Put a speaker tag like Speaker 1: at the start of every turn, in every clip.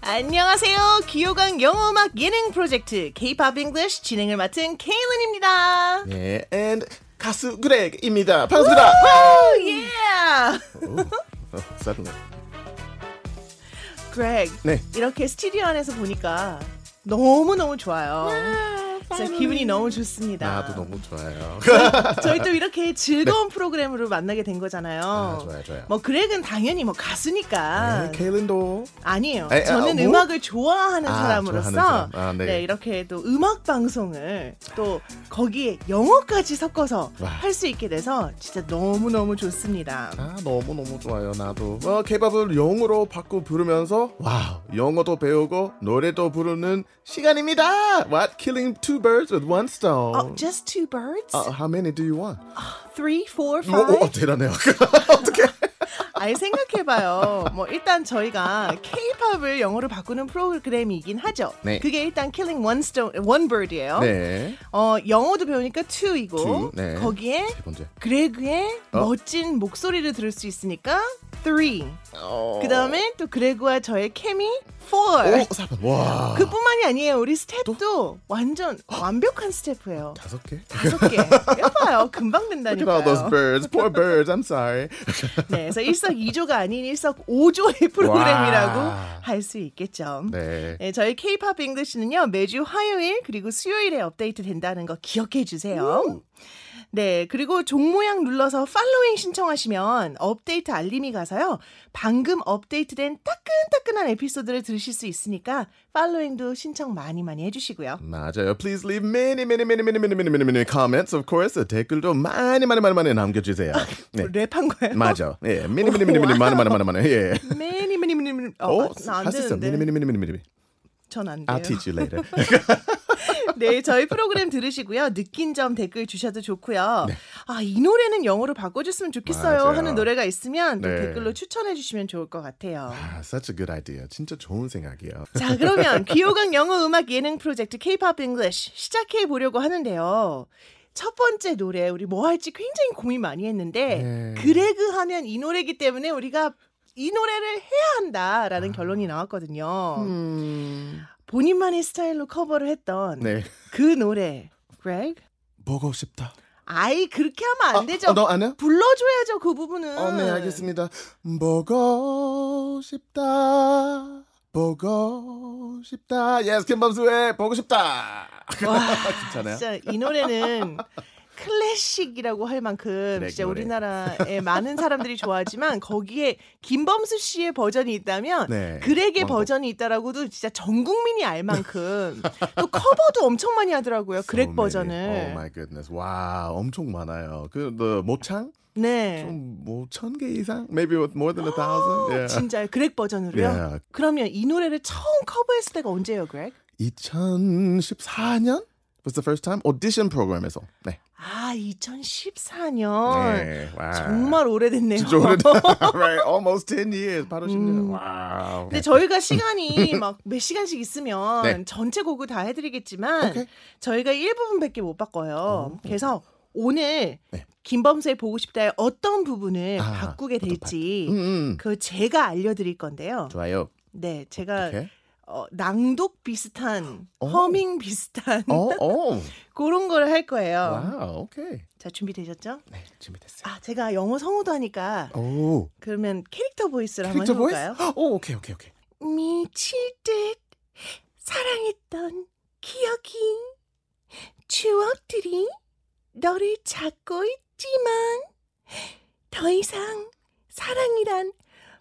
Speaker 1: 안녕하세요. 귀요강 영어음악 예능 프로젝트 K-pop English 진행을 맡은 케일린입니다.
Speaker 2: 네, and 가수 그렉입니다. 반갑습니다.
Speaker 1: Oh
Speaker 2: 네.
Speaker 1: yeah.
Speaker 2: 어, suddenly.
Speaker 1: Greg.
Speaker 2: 네.
Speaker 1: 이렇게 스튜디오 안에서 보니까 너무 너무 좋아요. 진짜 기분이 너무 좋습니다.
Speaker 2: 나도 너무 좋아요. 네.
Speaker 1: 저희 또 이렇게 즐거운 프로그램으로 만나게 된 거잖아요.
Speaker 2: 아, 좋아요, 좋아요.
Speaker 1: 뭐 그렉은 당연히 뭐 가수니까
Speaker 2: 네, 케일린도
Speaker 1: 아니에요.
Speaker 2: 에, 아,
Speaker 1: 저는
Speaker 2: 뭐?
Speaker 1: 음악을 좋아하는
Speaker 2: 아,
Speaker 1: 사람으로서
Speaker 2: 좋아하는 사람. 아,
Speaker 1: 네.
Speaker 2: 네.
Speaker 1: 이렇게 또 음악 방송을 또 거기에 영어까지 섞어서
Speaker 2: 와.
Speaker 1: 할 수 있게 돼서 진짜 너무 너무 좋습니다.
Speaker 2: 아 너무 너무 좋아요. 나도 어, 케이팝을 영어로 바꾸 부르면서 와 영어도 배우고 노래도 부르는 시간입니다. What killing two birds with one stone?
Speaker 1: 어, just two birds,
Speaker 2: 아, how many do you want?
Speaker 1: three, four,
Speaker 2: 뭐, 어,
Speaker 1: five.
Speaker 2: 대단해요.
Speaker 1: 아예 생각해봐요. 뭐 일단 저희가 K-팝을 영어로 바꾸는 프로그램이긴 하죠.
Speaker 2: 네.
Speaker 1: 그게 일단 Killing One Stone, One Bird이에요.
Speaker 2: 네.
Speaker 1: 어 영어도 배우니까 two이고
Speaker 2: Two, 네.
Speaker 1: 거기에
Speaker 2: 세 번째.
Speaker 1: 그레그의
Speaker 2: 어?
Speaker 1: 멋진 목소리를 들을 수 있으니까 three.
Speaker 2: 어.
Speaker 1: 그 다음에 또 그레그와 저의 케미 four.
Speaker 2: 오, 어, 4번. 와.
Speaker 1: 그뿐만이 아니에요. 우리 스텝도 완전 완벽한 스텝이에요.
Speaker 2: 어. 다섯 개?
Speaker 1: 다섯 개. 예뻐요. 금방
Speaker 2: Look at all those
Speaker 1: 된다니까요.
Speaker 2: birds. Poor birds. I'm sorry.
Speaker 1: 네, 그래서 일석이조가 아닌 일석오조의 프로그램이라고
Speaker 2: 와.
Speaker 1: 할 수 있겠죠.
Speaker 2: 네.
Speaker 1: 네, 저희 K-pop 잉글리시는요 매주 화요일 그리고 수요일에 업데이트 된다는 거 기억해
Speaker 2: 음.
Speaker 1: 주세요. 네, 그리고 종모양 눌러서 팔로잉 신청하시면 업데이트 알림이 가서요 방금 업데이트된 따끈따끈한 에피소드를 들으실 수 있으니까 팔로잉도 신청 많이 많이 해주시고요.
Speaker 2: 맞아요. Please leave many, many, many, many, many, many, many, many comments. Of course, 댓글도 많이, 많이, 많이, 많이 남겨주세요. 네,
Speaker 1: 랩한 거예요?
Speaker 2: 맞아. 예, many, many, many, many, 많이, 많이, 많이, 많이. 예.
Speaker 1: 매니 매니 매니 매니. 어,
Speaker 2: 오,
Speaker 1: 나안
Speaker 2: 할수 있어. many,
Speaker 1: 되는데.
Speaker 2: many, many, many, many.
Speaker 1: 전 안 돼요.
Speaker 2: I'll teach you later.
Speaker 1: 네, 저희 프로그램 들으시고요. 느낀 점 댓글 주셔도 좋고요. 아, 이 노래는 영어로 바꿔줬으면 좋겠어요
Speaker 2: 네. 맞아요.
Speaker 1: 하는 노래가 있으면 또
Speaker 2: 네.
Speaker 1: 댓글로 추천해 주시면 좋을 것 같아요.
Speaker 2: 아, such a good idea. 진짜 좋은 생각이에요.
Speaker 1: 자, 그러면 귀요강 영어 음악 예능 프로젝트 K-pop English 시작해 보려고 하는데요. 첫 번째 노래 우리 뭐 할지 굉장히 고민 많이 했는데
Speaker 2: 네.
Speaker 1: 그레그 하면 이 노래기 때문에 우리가 이 노래를 해야 한다라는
Speaker 2: 아.
Speaker 1: 결론이 나왔거든요.
Speaker 2: 음.
Speaker 1: 음. 본인만의 스타일로 커버를 했던
Speaker 2: 네.
Speaker 1: 그 노래, Greg?
Speaker 2: 보고 싶다.
Speaker 1: 아이 그렇게 하면 안 되죠.
Speaker 2: 어, 너 아냐?
Speaker 1: 불러줘야죠 그 부분은.
Speaker 2: 어, 네, 알겠습니다. 보고 싶다. 보고 싶다. Yes, 김범수의 보고 싶다. 괜찮아요?
Speaker 1: 진짜 이 노래는 클래식이라고 할 만큼
Speaker 2: 네,
Speaker 1: 진짜
Speaker 2: 그 노래.
Speaker 1: 우리나라의 많은 사람들이 좋아하지만 거기에 김범수 씨의 버전이 있다면
Speaker 2: 네,
Speaker 1: 그렉의
Speaker 2: 왕곡.
Speaker 1: 버전이 있다라고도 진짜 전 국민이 알 만큼 또 커버도 엄청 많이 하더라고요 그렉
Speaker 2: So many.
Speaker 1: 버전을.
Speaker 2: Oh my goodness. 와, 엄청 많아요. 그 the 모창
Speaker 1: 네.
Speaker 2: 좀뭐천개 이상? Maybe with more than a thousand. Yeah.
Speaker 1: 진짜요 그렉 버전으로요.
Speaker 2: Yeah.
Speaker 1: 그러면 이 노래를 처음 커버했을 때가 언제예요, 그렉?
Speaker 2: 2014년 was the first time audition 프로그램에서. 네.
Speaker 1: 아, 2014년.
Speaker 2: 네. 와.
Speaker 1: 정말 오래됐네요. 음.
Speaker 2: 진짜 오래된. right. Almost 10 years. 바로 10년. 와우.
Speaker 1: 근데 저희가 시간이 막 몇 시간씩 있으면
Speaker 2: 네.
Speaker 1: 전체 곡을 다 해드리겠지만
Speaker 2: 오케이.
Speaker 1: 저희가 일부분밖에 못 바꿔요. 그래서 오늘
Speaker 2: 네.
Speaker 1: 김범수의 보고 싶다의 어떤 부분을
Speaker 2: 아,
Speaker 1: 바꾸게
Speaker 2: 어떤
Speaker 1: 될지
Speaker 2: 음, 음.
Speaker 1: 그 제가 알려드릴 건데요.
Speaker 2: 좋아요.
Speaker 1: 네, 제가
Speaker 2: 오케이.
Speaker 1: 어, 낭독 비슷한
Speaker 2: 오.
Speaker 1: 허밍 비슷한
Speaker 2: 어, 어.
Speaker 1: 그런 걸 할 거예요.
Speaker 2: 와우. 오케이.
Speaker 1: 자 준비되셨죠?
Speaker 2: 네, 준비됐어요.
Speaker 1: 아 제가 영어 성우도 하니까
Speaker 2: 오.
Speaker 1: 아. 그러면 캐릭터 보이스를 한번
Speaker 2: 캐릭터 보이스?
Speaker 1: 해볼까요?
Speaker 2: 오, 오케이, 오케이, 오케이.
Speaker 1: 미칠 듯 사랑했던 기억이 추억들이 너를 찾고 있지만 더 이상 사랑이란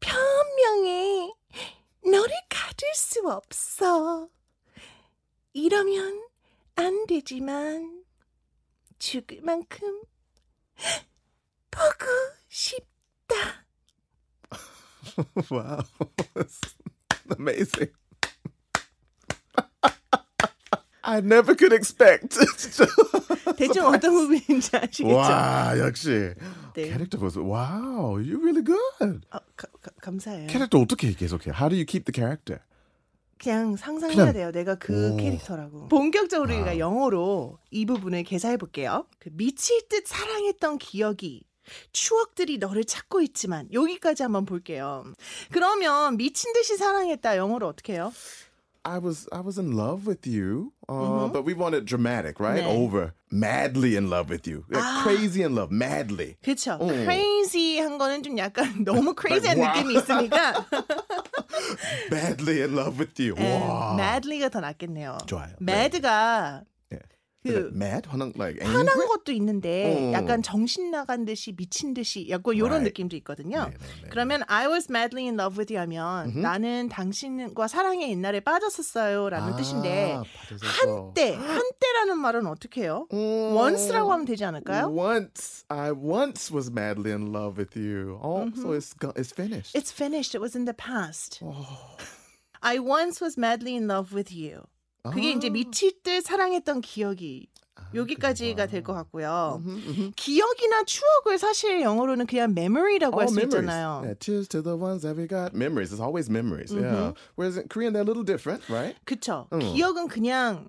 Speaker 1: 변명에 너를 가질 수 없어. 이러면 안 되지만 죽을 만큼 보고 싶다.
Speaker 2: wow. Amazing. I never could expect. 진짜.
Speaker 1: 대충 어떤 부분인지 아시겠죠?
Speaker 2: 와, 역시.
Speaker 1: 네.
Speaker 2: 캐릭터 보세요. 와우, you're really good.
Speaker 1: 아, 가- 가- 감사해요.
Speaker 2: 캐릭터 어떻게 계속해? How do you keep the character?
Speaker 1: 그냥 상상해야
Speaker 2: 그냥-
Speaker 1: 돼요. 내가 그
Speaker 2: 오. 아.
Speaker 1: 캐릭터라고. 본격적으로 우리가 영어로 이 부분을 개사해 볼게요. 그 미칠 듯 사랑했던 기억이 추억들이 너를 찾고 있지만 여기까지 한번 볼게요. 그러면 미친 듯이 사랑했다 영어로 어떻게 해요?
Speaker 2: I was I was in love with you,
Speaker 1: Mhm.
Speaker 2: uh, but we want it dramatic, right?
Speaker 1: 네. Ah.
Speaker 2: Over, madly in love with you, like
Speaker 1: 아.
Speaker 2: crazy in love, madly.
Speaker 1: 그렇죠.
Speaker 2: 어.
Speaker 1: crazy 한 거는 좀 약간 너무 crazy한
Speaker 2: 아, 와.
Speaker 1: 느낌이 있으니까
Speaker 2: badly in love with you.
Speaker 1: 네,
Speaker 2: wow.
Speaker 1: madly가 더 낫겠네요.
Speaker 2: 좋아요. 네.
Speaker 1: mad가
Speaker 2: 네.
Speaker 1: 그
Speaker 2: mad? 화난- Like angry?
Speaker 1: 화난 것도 있는데
Speaker 2: 음? 어.
Speaker 1: 약간 정신 나간 듯이 미친 듯이 약간 이런
Speaker 2: Right.
Speaker 1: 느낌도 있거든요.
Speaker 2: 네, 네, 네.
Speaker 1: 그러면 I was madly in love with you 하면 나는 당신과 사랑에 옛날에 빠졌었어요라는
Speaker 2: 아,
Speaker 1: 뜻인데
Speaker 2: 빠져서. 그
Speaker 1: 한때 한때라는 말은 어떻게 해요?
Speaker 2: 음.
Speaker 1: once라고 하면 되지
Speaker 2: 어.
Speaker 1: 않을까요?
Speaker 2: Mm. Once I once was madly in love with you. Oh, so it's go- it's finished.
Speaker 1: Mm-hmm.
Speaker 2: Oh.
Speaker 1: It's finished. It was in the past. I once was madly in love with you. 그게
Speaker 2: 아.
Speaker 1: 이제 미칠 듯 사랑했던 기억이
Speaker 2: Ah,
Speaker 1: 여기까지가 될 것 같고요.
Speaker 2: 음. Mm-hmm,
Speaker 1: 기억이나 추억을 사실 영어로는 그냥 memory라고 할 수 있잖아요. Mm-hmm.
Speaker 2: Yeah, cheers to the ones that we got. Memories. It's always memories. Yeah. Whereas in Korean, they're a little different, right?
Speaker 1: 그쵸. 기억은 그냥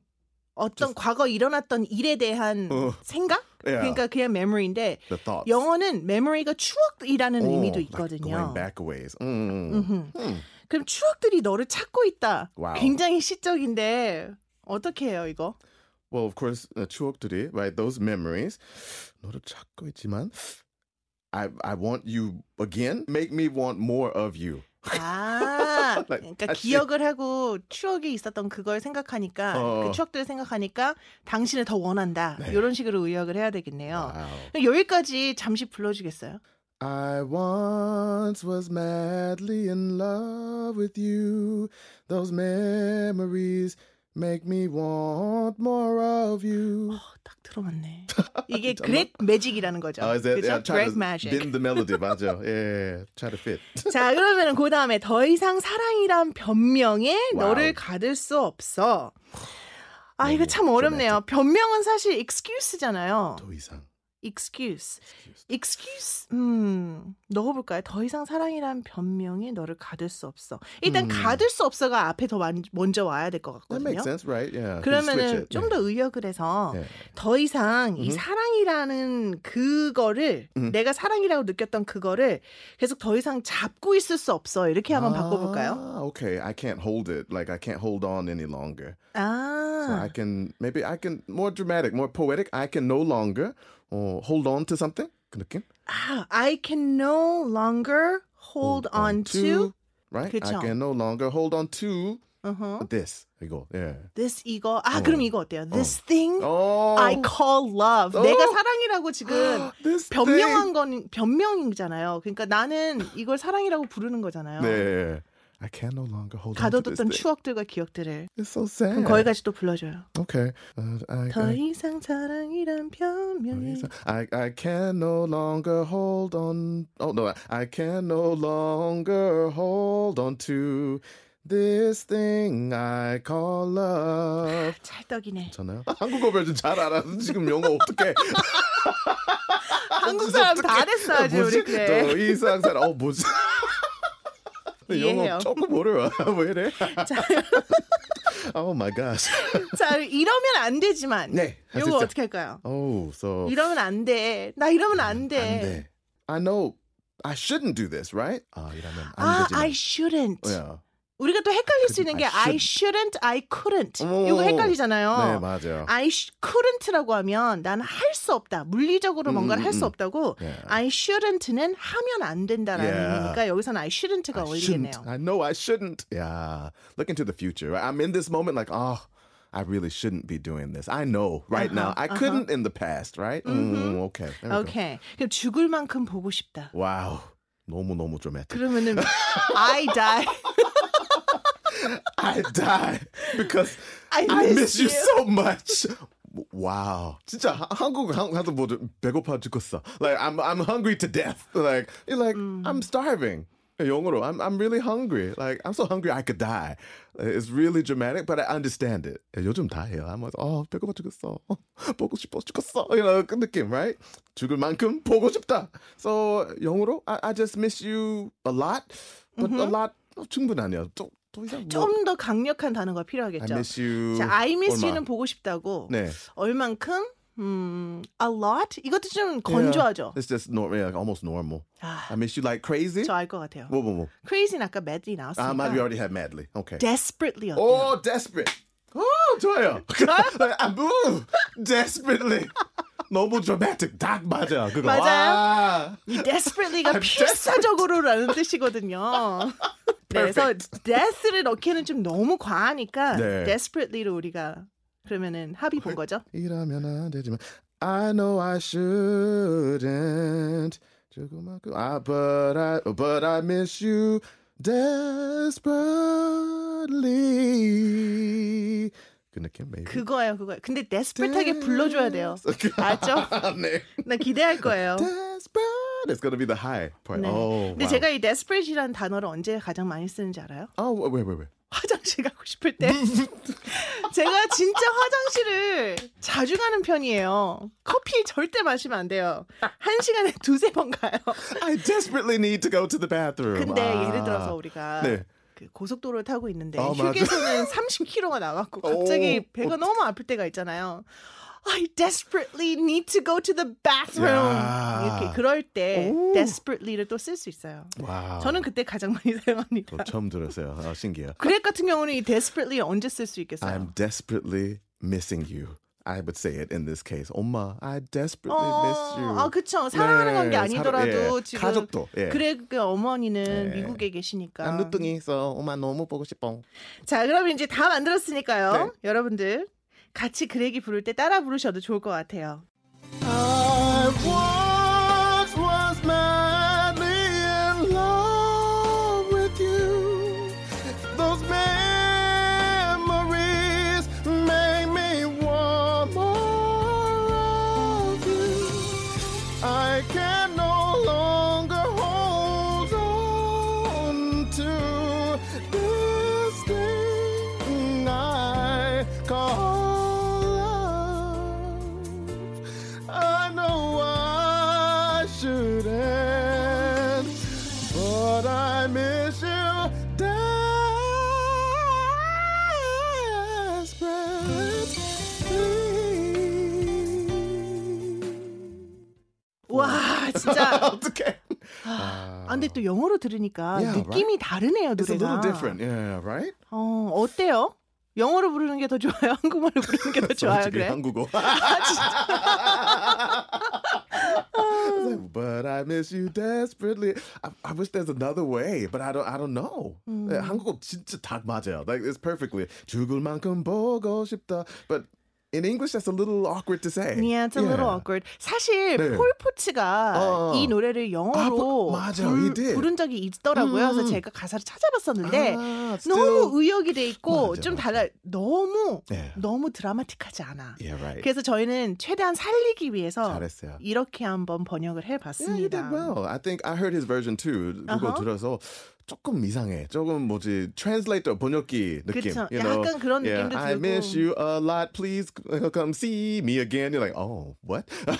Speaker 1: 어떤 과거 일어났던 일에 대한
Speaker 2: 어.
Speaker 1: 생각?
Speaker 2: Yeah.
Speaker 1: 그러니까 그냥 memory인데
Speaker 2: The thoughts.
Speaker 1: 영어는 memory가 추억이라는
Speaker 2: 어,
Speaker 1: 의미도
Speaker 2: like
Speaker 1: 있거든요.
Speaker 2: going back a ways. Mm. 음.
Speaker 1: 그럼 추억들이 너를 찾고 있다.
Speaker 2: 와우.
Speaker 1: 굉장히 시적인데 어떻게 해요 이거?
Speaker 2: Well, of course, uh, 추억들이, right? Those memories. 너를 찾고 있지만, I I want you again. Make me want more of you.
Speaker 1: 아, 그러니까
Speaker 2: 다시.
Speaker 1: 기억을 하고 추억이 있었던 그걸 생각하니까
Speaker 2: 어.
Speaker 1: 그 추억들을 생각하니까 당신을 더 원한다.
Speaker 2: 네.
Speaker 1: 이런 식으로 의역을 해야 되겠네요.
Speaker 2: Wow.
Speaker 1: 여기까지 잠시 불러주겠어요?
Speaker 2: I once was madly in love with you. Those memories make me want more of you.
Speaker 1: 어, 딱 들어봤네. 이게 그렉 매직이라는 거죠.
Speaker 2: Oh, is that yeah,
Speaker 1: 그렇죠?
Speaker 2: try to
Speaker 1: 그렉 매직.
Speaker 2: bend the melody, 맞아. Yeah, try to fit.
Speaker 1: 자, 그러면은 그 다음에 더 이상 사랑이란 변명에
Speaker 2: 와우.
Speaker 1: 너를 가둘 수 없어. 아, 이거 참 어렵네요. 변명은 사실 excuse잖아요.
Speaker 2: 더 이상.
Speaker 1: excuse. excuse. 음, 넣어볼까요? 더 이상 사랑이란 변명에 너를 가둘 수 없어. 일단 가둘 수 없어가 앞에 더 만- 먼저 와야 될 것 같거든요.
Speaker 2: That makes sense, right?
Speaker 1: 아,
Speaker 2: Yeah. you switch
Speaker 1: 그러면은
Speaker 2: it.
Speaker 1: 좀 더 의역을 해서
Speaker 2: 네.
Speaker 1: 더 이상 이 사랑이라는 그거를 내가 사랑이라고 느꼈던 그거를 계속 더 이상 잡고 있을 수 없어 이렇게 한번 바꿔볼까요?
Speaker 2: Ah, okay, I can't hold it. Like I can't hold on any longer. So I
Speaker 1: 아,
Speaker 2: can maybe I can more dramatic, more poetic. I can no longer uh, hold on to something. 그 느낌?
Speaker 1: 아, I can no longer hold on to
Speaker 2: right?
Speaker 1: 그쵸.
Speaker 2: I can no longer hold on to
Speaker 1: 어허.
Speaker 2: this. 이거. 예.
Speaker 1: Uh-huh. this 이거 아 그럼 이거 어때요? This thing
Speaker 2: 어.
Speaker 1: I call love.
Speaker 2: 어.
Speaker 1: 내가 사랑이라고 지금
Speaker 2: this
Speaker 1: 변명한 건 변명이잖아요. 그러니까 나는 이걸 사랑이라고 부르는 거잖아요.
Speaker 2: thing. 네. I can no longer hold on to this.
Speaker 1: 가둬뒀던
Speaker 2: thing.
Speaker 1: 추억들과 기억들을
Speaker 2: It's so sad.
Speaker 1: 그럼 거기까지 또 불러줘요.
Speaker 2: Okay. Uh, I,
Speaker 1: 더
Speaker 2: I,
Speaker 1: 이상 사랑이란 변명이
Speaker 2: I I can no longer hold on. Oh no, I can no longer hold on to this thing I call love.
Speaker 1: 찰떡이네.
Speaker 2: 괜찮아요? 한국어 버전 잘 알아서 지금 영어 어떻게?
Speaker 1: 한국 사람 다 됐어야지 우리 그래.
Speaker 2: 더 이상 사람 어 뭐지? 근데
Speaker 1: 이해해요.
Speaker 2: 영어 조금 어려워. 왜 이래?
Speaker 1: 자,
Speaker 2: Oh my gosh.
Speaker 1: 자 이러면 안 되지만
Speaker 2: 네, 할수
Speaker 1: 이거
Speaker 2: 있죠.
Speaker 1: 어떻게 할까요?
Speaker 2: Oh, so
Speaker 1: 이러면 안 돼. 나 이러면 안 돼.
Speaker 2: 음, 안 돼. I know I shouldn't do this, right? 아 이러면 안
Speaker 1: 아,
Speaker 2: 되지만.
Speaker 1: I shouldn't.
Speaker 2: Yeah.
Speaker 1: 우리가 또 헷갈릴 수 있는 게 I
Speaker 2: I
Speaker 1: shouldn't, I couldn't.
Speaker 2: 어머,
Speaker 1: 이거
Speaker 2: 어머, 네
Speaker 1: 헷갈리잖아요.
Speaker 2: 맞아요.
Speaker 1: I sh- couldn't라고 하면 나는 할 수 없다. 물리적으로
Speaker 2: 음,
Speaker 1: 뭔가를
Speaker 2: 음,
Speaker 1: 할 수
Speaker 2: 음.
Speaker 1: 없다고.
Speaker 2: 네.
Speaker 1: I shouldn't는 하면 안 된다라는
Speaker 2: Yeah.
Speaker 1: 거니까 여기서는 I shouldn't가
Speaker 2: 예. I
Speaker 1: 어울리겠네요.
Speaker 2: shouldn't. 아, I know I shouldn't. Yeah. Look into the future. right? I'm in this moment like, oh, I really shouldn't be doing this. I know right now. I couldn't in the past, right? Mm, Uh-huh. okay. There we go.
Speaker 1: 오케이. 그럼 죽을 만큼 보고 싶다.
Speaker 2: Wow. 너무 너무 dramatic.
Speaker 1: 그러면은 I die.
Speaker 2: I die because
Speaker 1: I
Speaker 2: I,
Speaker 1: miss
Speaker 2: miss,
Speaker 1: you.
Speaker 2: you. so much. Wow. 진짜 하- 한국 한국도 뭐 배고파 죽겠어. Like I'm I'm hungry to death. Like you're like I'm starving. 영어로 I'm I'm really hungry. Like I'm so hungry I could die. It's really dramatic, but I understand it. 요즘 다 해요. I'm like 어 배고파 죽겠어. 보고 싶어 죽겠어. You know 그 느낌, right? 죽을 만큼 보고 싶다. So 영어로 I, I just miss you a lot, but a lot 충분하네요. 또또 이상 뭐-
Speaker 1: 좀 더 강력한 단어가
Speaker 2: I
Speaker 1: 필요하겠죠.
Speaker 2: miss you.
Speaker 1: 자, I miss
Speaker 2: 얼마?
Speaker 1: you는 보고 싶다고
Speaker 2: 네.
Speaker 1: 얼만큼 음, a lot? 이것도 좀 건조하죠.
Speaker 2: It's just normal, yeah, almost normal.
Speaker 1: 아,
Speaker 2: I miss you like crazy.
Speaker 1: 저 알 것 같아요.
Speaker 2: Whoa, whoa, whoa.
Speaker 1: Crazy는 아까 madly
Speaker 2: Ah,
Speaker 1: 나왔으니까
Speaker 2: might we already had 뭐? madly. Okay.
Speaker 1: desperately 어때요?
Speaker 2: oh, desperate. Oh, 좋아요. like, I move desperately. 너무 dramatic. 딱 맞아. 그거.
Speaker 1: 맞아요?
Speaker 2: 와.
Speaker 1: 이 desperatelyy가
Speaker 2: I'm
Speaker 1: 필사적으로라는 뜻이거든요. 네, 그래서 death를 넣기에는 좀 너무 과하니까
Speaker 2: 네.
Speaker 1: desperately로 우리가 그러면은 합의 본 거죠.
Speaker 2: 이러면 안 되지만 I know I shouldn't 조그맣고 아 but I oh, but I miss you desperately 그 느낌 maybe
Speaker 1: 그거예요, 그거예요. 근데 desperate하게 불러줘야 돼요. 맞죠?
Speaker 2: 네
Speaker 1: 나 기대할 거예요.
Speaker 2: desperate it's gonna be the high part
Speaker 1: 네.
Speaker 2: oh
Speaker 1: 근데
Speaker 2: wow.
Speaker 1: 제가 이 desperate이라는 단어를 언제 가장 많이 쓰는지 알아요?
Speaker 2: oh wait wait wait, wait
Speaker 1: 화장실 가고 싶을 때. 제가 진짜 화장실을 자주 가는 편이에요. 커피 절대 마시면 안 돼요. 한 시간에 두세 번 가요.
Speaker 2: I desperately need to go to the bathroom
Speaker 1: 근데
Speaker 2: 아.
Speaker 1: 예를 들어서 우리가
Speaker 2: 네.
Speaker 1: 그 고속도로를 타고 있는데
Speaker 2: 어, 맞아. 어,
Speaker 1: 휴게소는 30km가 나갔고 갑자기
Speaker 2: 오,
Speaker 1: 배가 너무 아플 때가 있잖아요. I desperately need to go to the bathroom.
Speaker 2: 야.
Speaker 1: 이렇게 그럴 때
Speaker 2: 오.
Speaker 1: desperately를 또 쓸 수 있어요.
Speaker 2: 와우
Speaker 1: 저는 그때 가장 많이 사용합니다.
Speaker 2: 저 처음 들었어요 아 신기해요
Speaker 1: 그렉 같은 경우는 이 desperately 언제 쓸 수 있겠어요?
Speaker 2: I'm desperately missing you. I would say it in this case. 엄마, I desperately miss you.
Speaker 1: 아, 그쵸. 사랑하는
Speaker 2: 네,
Speaker 1: 관계
Speaker 2: 사랑-
Speaker 1: 아니더라도
Speaker 2: 예,
Speaker 1: 지금
Speaker 2: 가족도, 예.
Speaker 1: 그렉의 어머니는
Speaker 2: 예.
Speaker 1: 미국에 계시니까.
Speaker 2: 난 늦둥이 있어. 엄마 너무 보고 싶어.
Speaker 1: 자, 그럼 이제 다
Speaker 2: 네.
Speaker 1: 만들었으니까요. 여러분들 같이 그렉이 부를 때 따라 부르셔도 좋을 것 같아요.
Speaker 2: I once was madly in love with you. Those memories make me want more of you. I can no longer hold on to this thing Mm, I call love. I know I shouldn't, but I miss you desperately. 어.
Speaker 1: 와, 진짜.
Speaker 2: 어떡해.
Speaker 1: 아, 근데 또 영어로 들으니까
Speaker 2: Yeah,
Speaker 1: 느낌이 다르네요,
Speaker 2: Ah, It's a
Speaker 1: 노래가.
Speaker 2: little different, yeah, right?
Speaker 1: 어, 어때요? 영어로 부르는 게 더 좋아요? 한국말로 부르는 게 더 좋아요?
Speaker 2: 솔직히
Speaker 1: 그래?
Speaker 2: 한국어. It's like,
Speaker 1: Mm.
Speaker 2: but I miss you desperately. I, I wish there's another way, but I don't. I don't know.
Speaker 1: Mm.
Speaker 2: 네, 한국어 진짜 딱 맞아요. Like it's perfectly. 죽을 만큼 보고 싶다. But in English, that's a little awkward to say.
Speaker 1: Yeah, it's a little
Speaker 2: Yeah.
Speaker 1: awkward. 사실
Speaker 2: 예, 네.
Speaker 1: 폴 포츠가
Speaker 2: 어, 어.
Speaker 1: 이 노래를 영어로
Speaker 2: 아, 맞아, he
Speaker 1: 부른,
Speaker 2: did. 음.
Speaker 1: 부른 적이 있더라고요. 그래서 제가 가사를 찾아봤었는데
Speaker 2: 아, Ah, still-
Speaker 1: 너무 의역이 돼 있고
Speaker 2: 맞아,
Speaker 1: 좀
Speaker 2: 맞아.
Speaker 1: 달라 너무
Speaker 2: 네.
Speaker 1: 너무 드라마틱하지 않아.
Speaker 2: Yeah, right.
Speaker 1: 그래서 저희는 최대한 살리기 위해서
Speaker 2: 예. 잘했어요.
Speaker 1: 이렇게 한번 번역을
Speaker 2: Yeah, you did
Speaker 1: 해봤습니다.
Speaker 2: well. I think I heard his version too. 그거
Speaker 1: Uh-huh.
Speaker 2: 들어서 조금 이상해. 조금 뭐지 translator 번역기 느낌.
Speaker 1: 그쵸.
Speaker 2: You know?
Speaker 1: 약간 그런 느낌도
Speaker 2: I
Speaker 1: 들고.
Speaker 2: miss you a lot. Please uh, come see me again. You're like, oh, what? it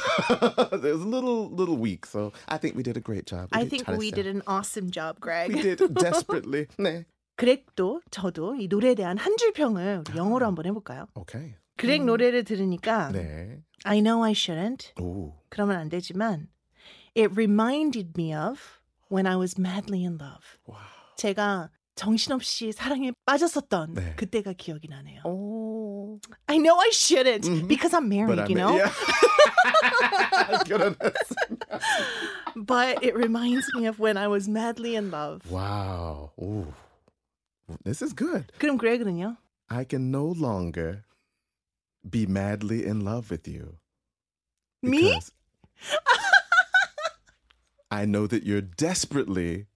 Speaker 2: was a little little weak. So I think we did a great job.
Speaker 1: I
Speaker 2: did
Speaker 1: think we
Speaker 2: 잘했어요.
Speaker 1: did an awesome job,
Speaker 2: We
Speaker 1: Greg.
Speaker 2: did desperately. 네.
Speaker 1: 그렉도 저도 이 노래에 대한 한 줄 평을 우리 영어로 한번 해볼까요?
Speaker 2: Okay.
Speaker 1: 그렉 노래를 들으니까
Speaker 2: 음. 네.
Speaker 1: I know I shouldn't
Speaker 2: 오.
Speaker 1: 그러면 안 되지만 it reminded me of when I was madly in love.
Speaker 2: 와.
Speaker 1: 제가 정신없이 사랑에 빠졌었던
Speaker 2: 네.
Speaker 1: 그때가 기억이 나네요.
Speaker 2: 오.
Speaker 1: I know I shouldn't
Speaker 2: Mhm.
Speaker 1: because I'm married, you know.
Speaker 2: Yeah. 결혼했어.
Speaker 1: But it reminds me of when I was madly in love.
Speaker 2: wow. Ooh. This is good.
Speaker 1: 그럼 그레그는요?
Speaker 2: I can no longer be madly in love with you.
Speaker 1: Me?
Speaker 2: because I know that you're desperately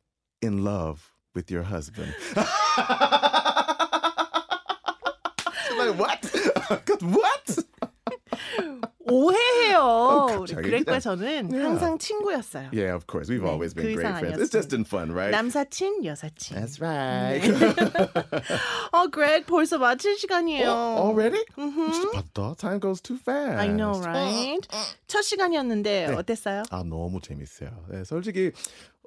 Speaker 2: in love with your husband. like what? 'Cause what?
Speaker 1: 오해해요. 우리
Speaker 2: 어, 갑자기
Speaker 1: 그렉과
Speaker 2: 그냥-
Speaker 1: 저는
Speaker 2: Yeah.
Speaker 1: 항상 친구였어요.
Speaker 2: Yeah, of course. We've
Speaker 1: 네,
Speaker 2: always
Speaker 1: 그
Speaker 2: been great
Speaker 1: 이상
Speaker 2: friends. It's
Speaker 1: 아니었어요.
Speaker 2: just in fun, right?
Speaker 1: 남사친, 여사친.
Speaker 2: That's right.
Speaker 1: 어, 그렉 벌써 마칠 시간이에요.
Speaker 2: Already?
Speaker 1: Mhm.
Speaker 2: But the time goes too fast.
Speaker 1: I
Speaker 2: 네.
Speaker 1: know, right? 첫 시간이었는데 어땠어요?
Speaker 2: 아 너무 재밌어요. 네, 솔직히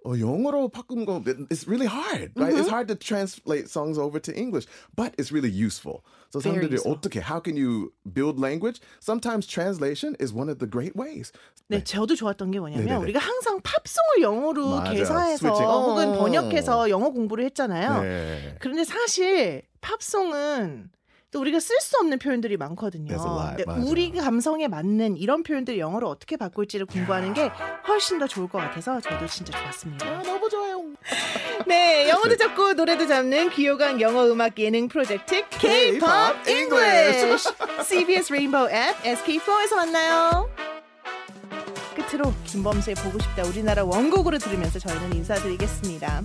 Speaker 2: 어, 영어로 바꾼 거 it's really hard. Right? It's hard to translate songs over to English, but it's really useful. So
Speaker 1: Very
Speaker 2: 사람들이
Speaker 1: useful.
Speaker 2: 어떻게 how can you build language? Sometimes translation is one of the great ways.
Speaker 1: 네, 저도 좋았던 게 뭐냐면
Speaker 2: 네네네.
Speaker 1: 우리가 항상 팝송을 영어로
Speaker 2: 맞아요.
Speaker 1: 개사해서
Speaker 2: 스위칭. 어.
Speaker 1: 혹은 번역해서 영어 공부를 했잖아요.
Speaker 2: 네.
Speaker 1: 그런데 사실 팝송은 또 우리가 쓸 수 없는 표현들이 많거든요.
Speaker 2: There's a lot,
Speaker 1: 근데
Speaker 2: 맞아.
Speaker 1: 우리 감성에 맞는 이런 표현들 영어로 어떻게 바꿀지를 공부하는 게 훨씬 더 좋을 것 같아서 저도 진짜 좋았습니다.
Speaker 2: 아, 너무 좋아요.
Speaker 1: 네, 영어도 잡고 노래도 잡는 귀요강 영어 음악 예능 프로젝트 K-pop
Speaker 2: K-pop
Speaker 1: English.
Speaker 2: English.
Speaker 1: CBS Rainbow 앱 SK4에서 만나요. 끝으로 김범수의 보고 싶다 우리나라 원곡으로 들으면서 저희는 인사드리겠습니다.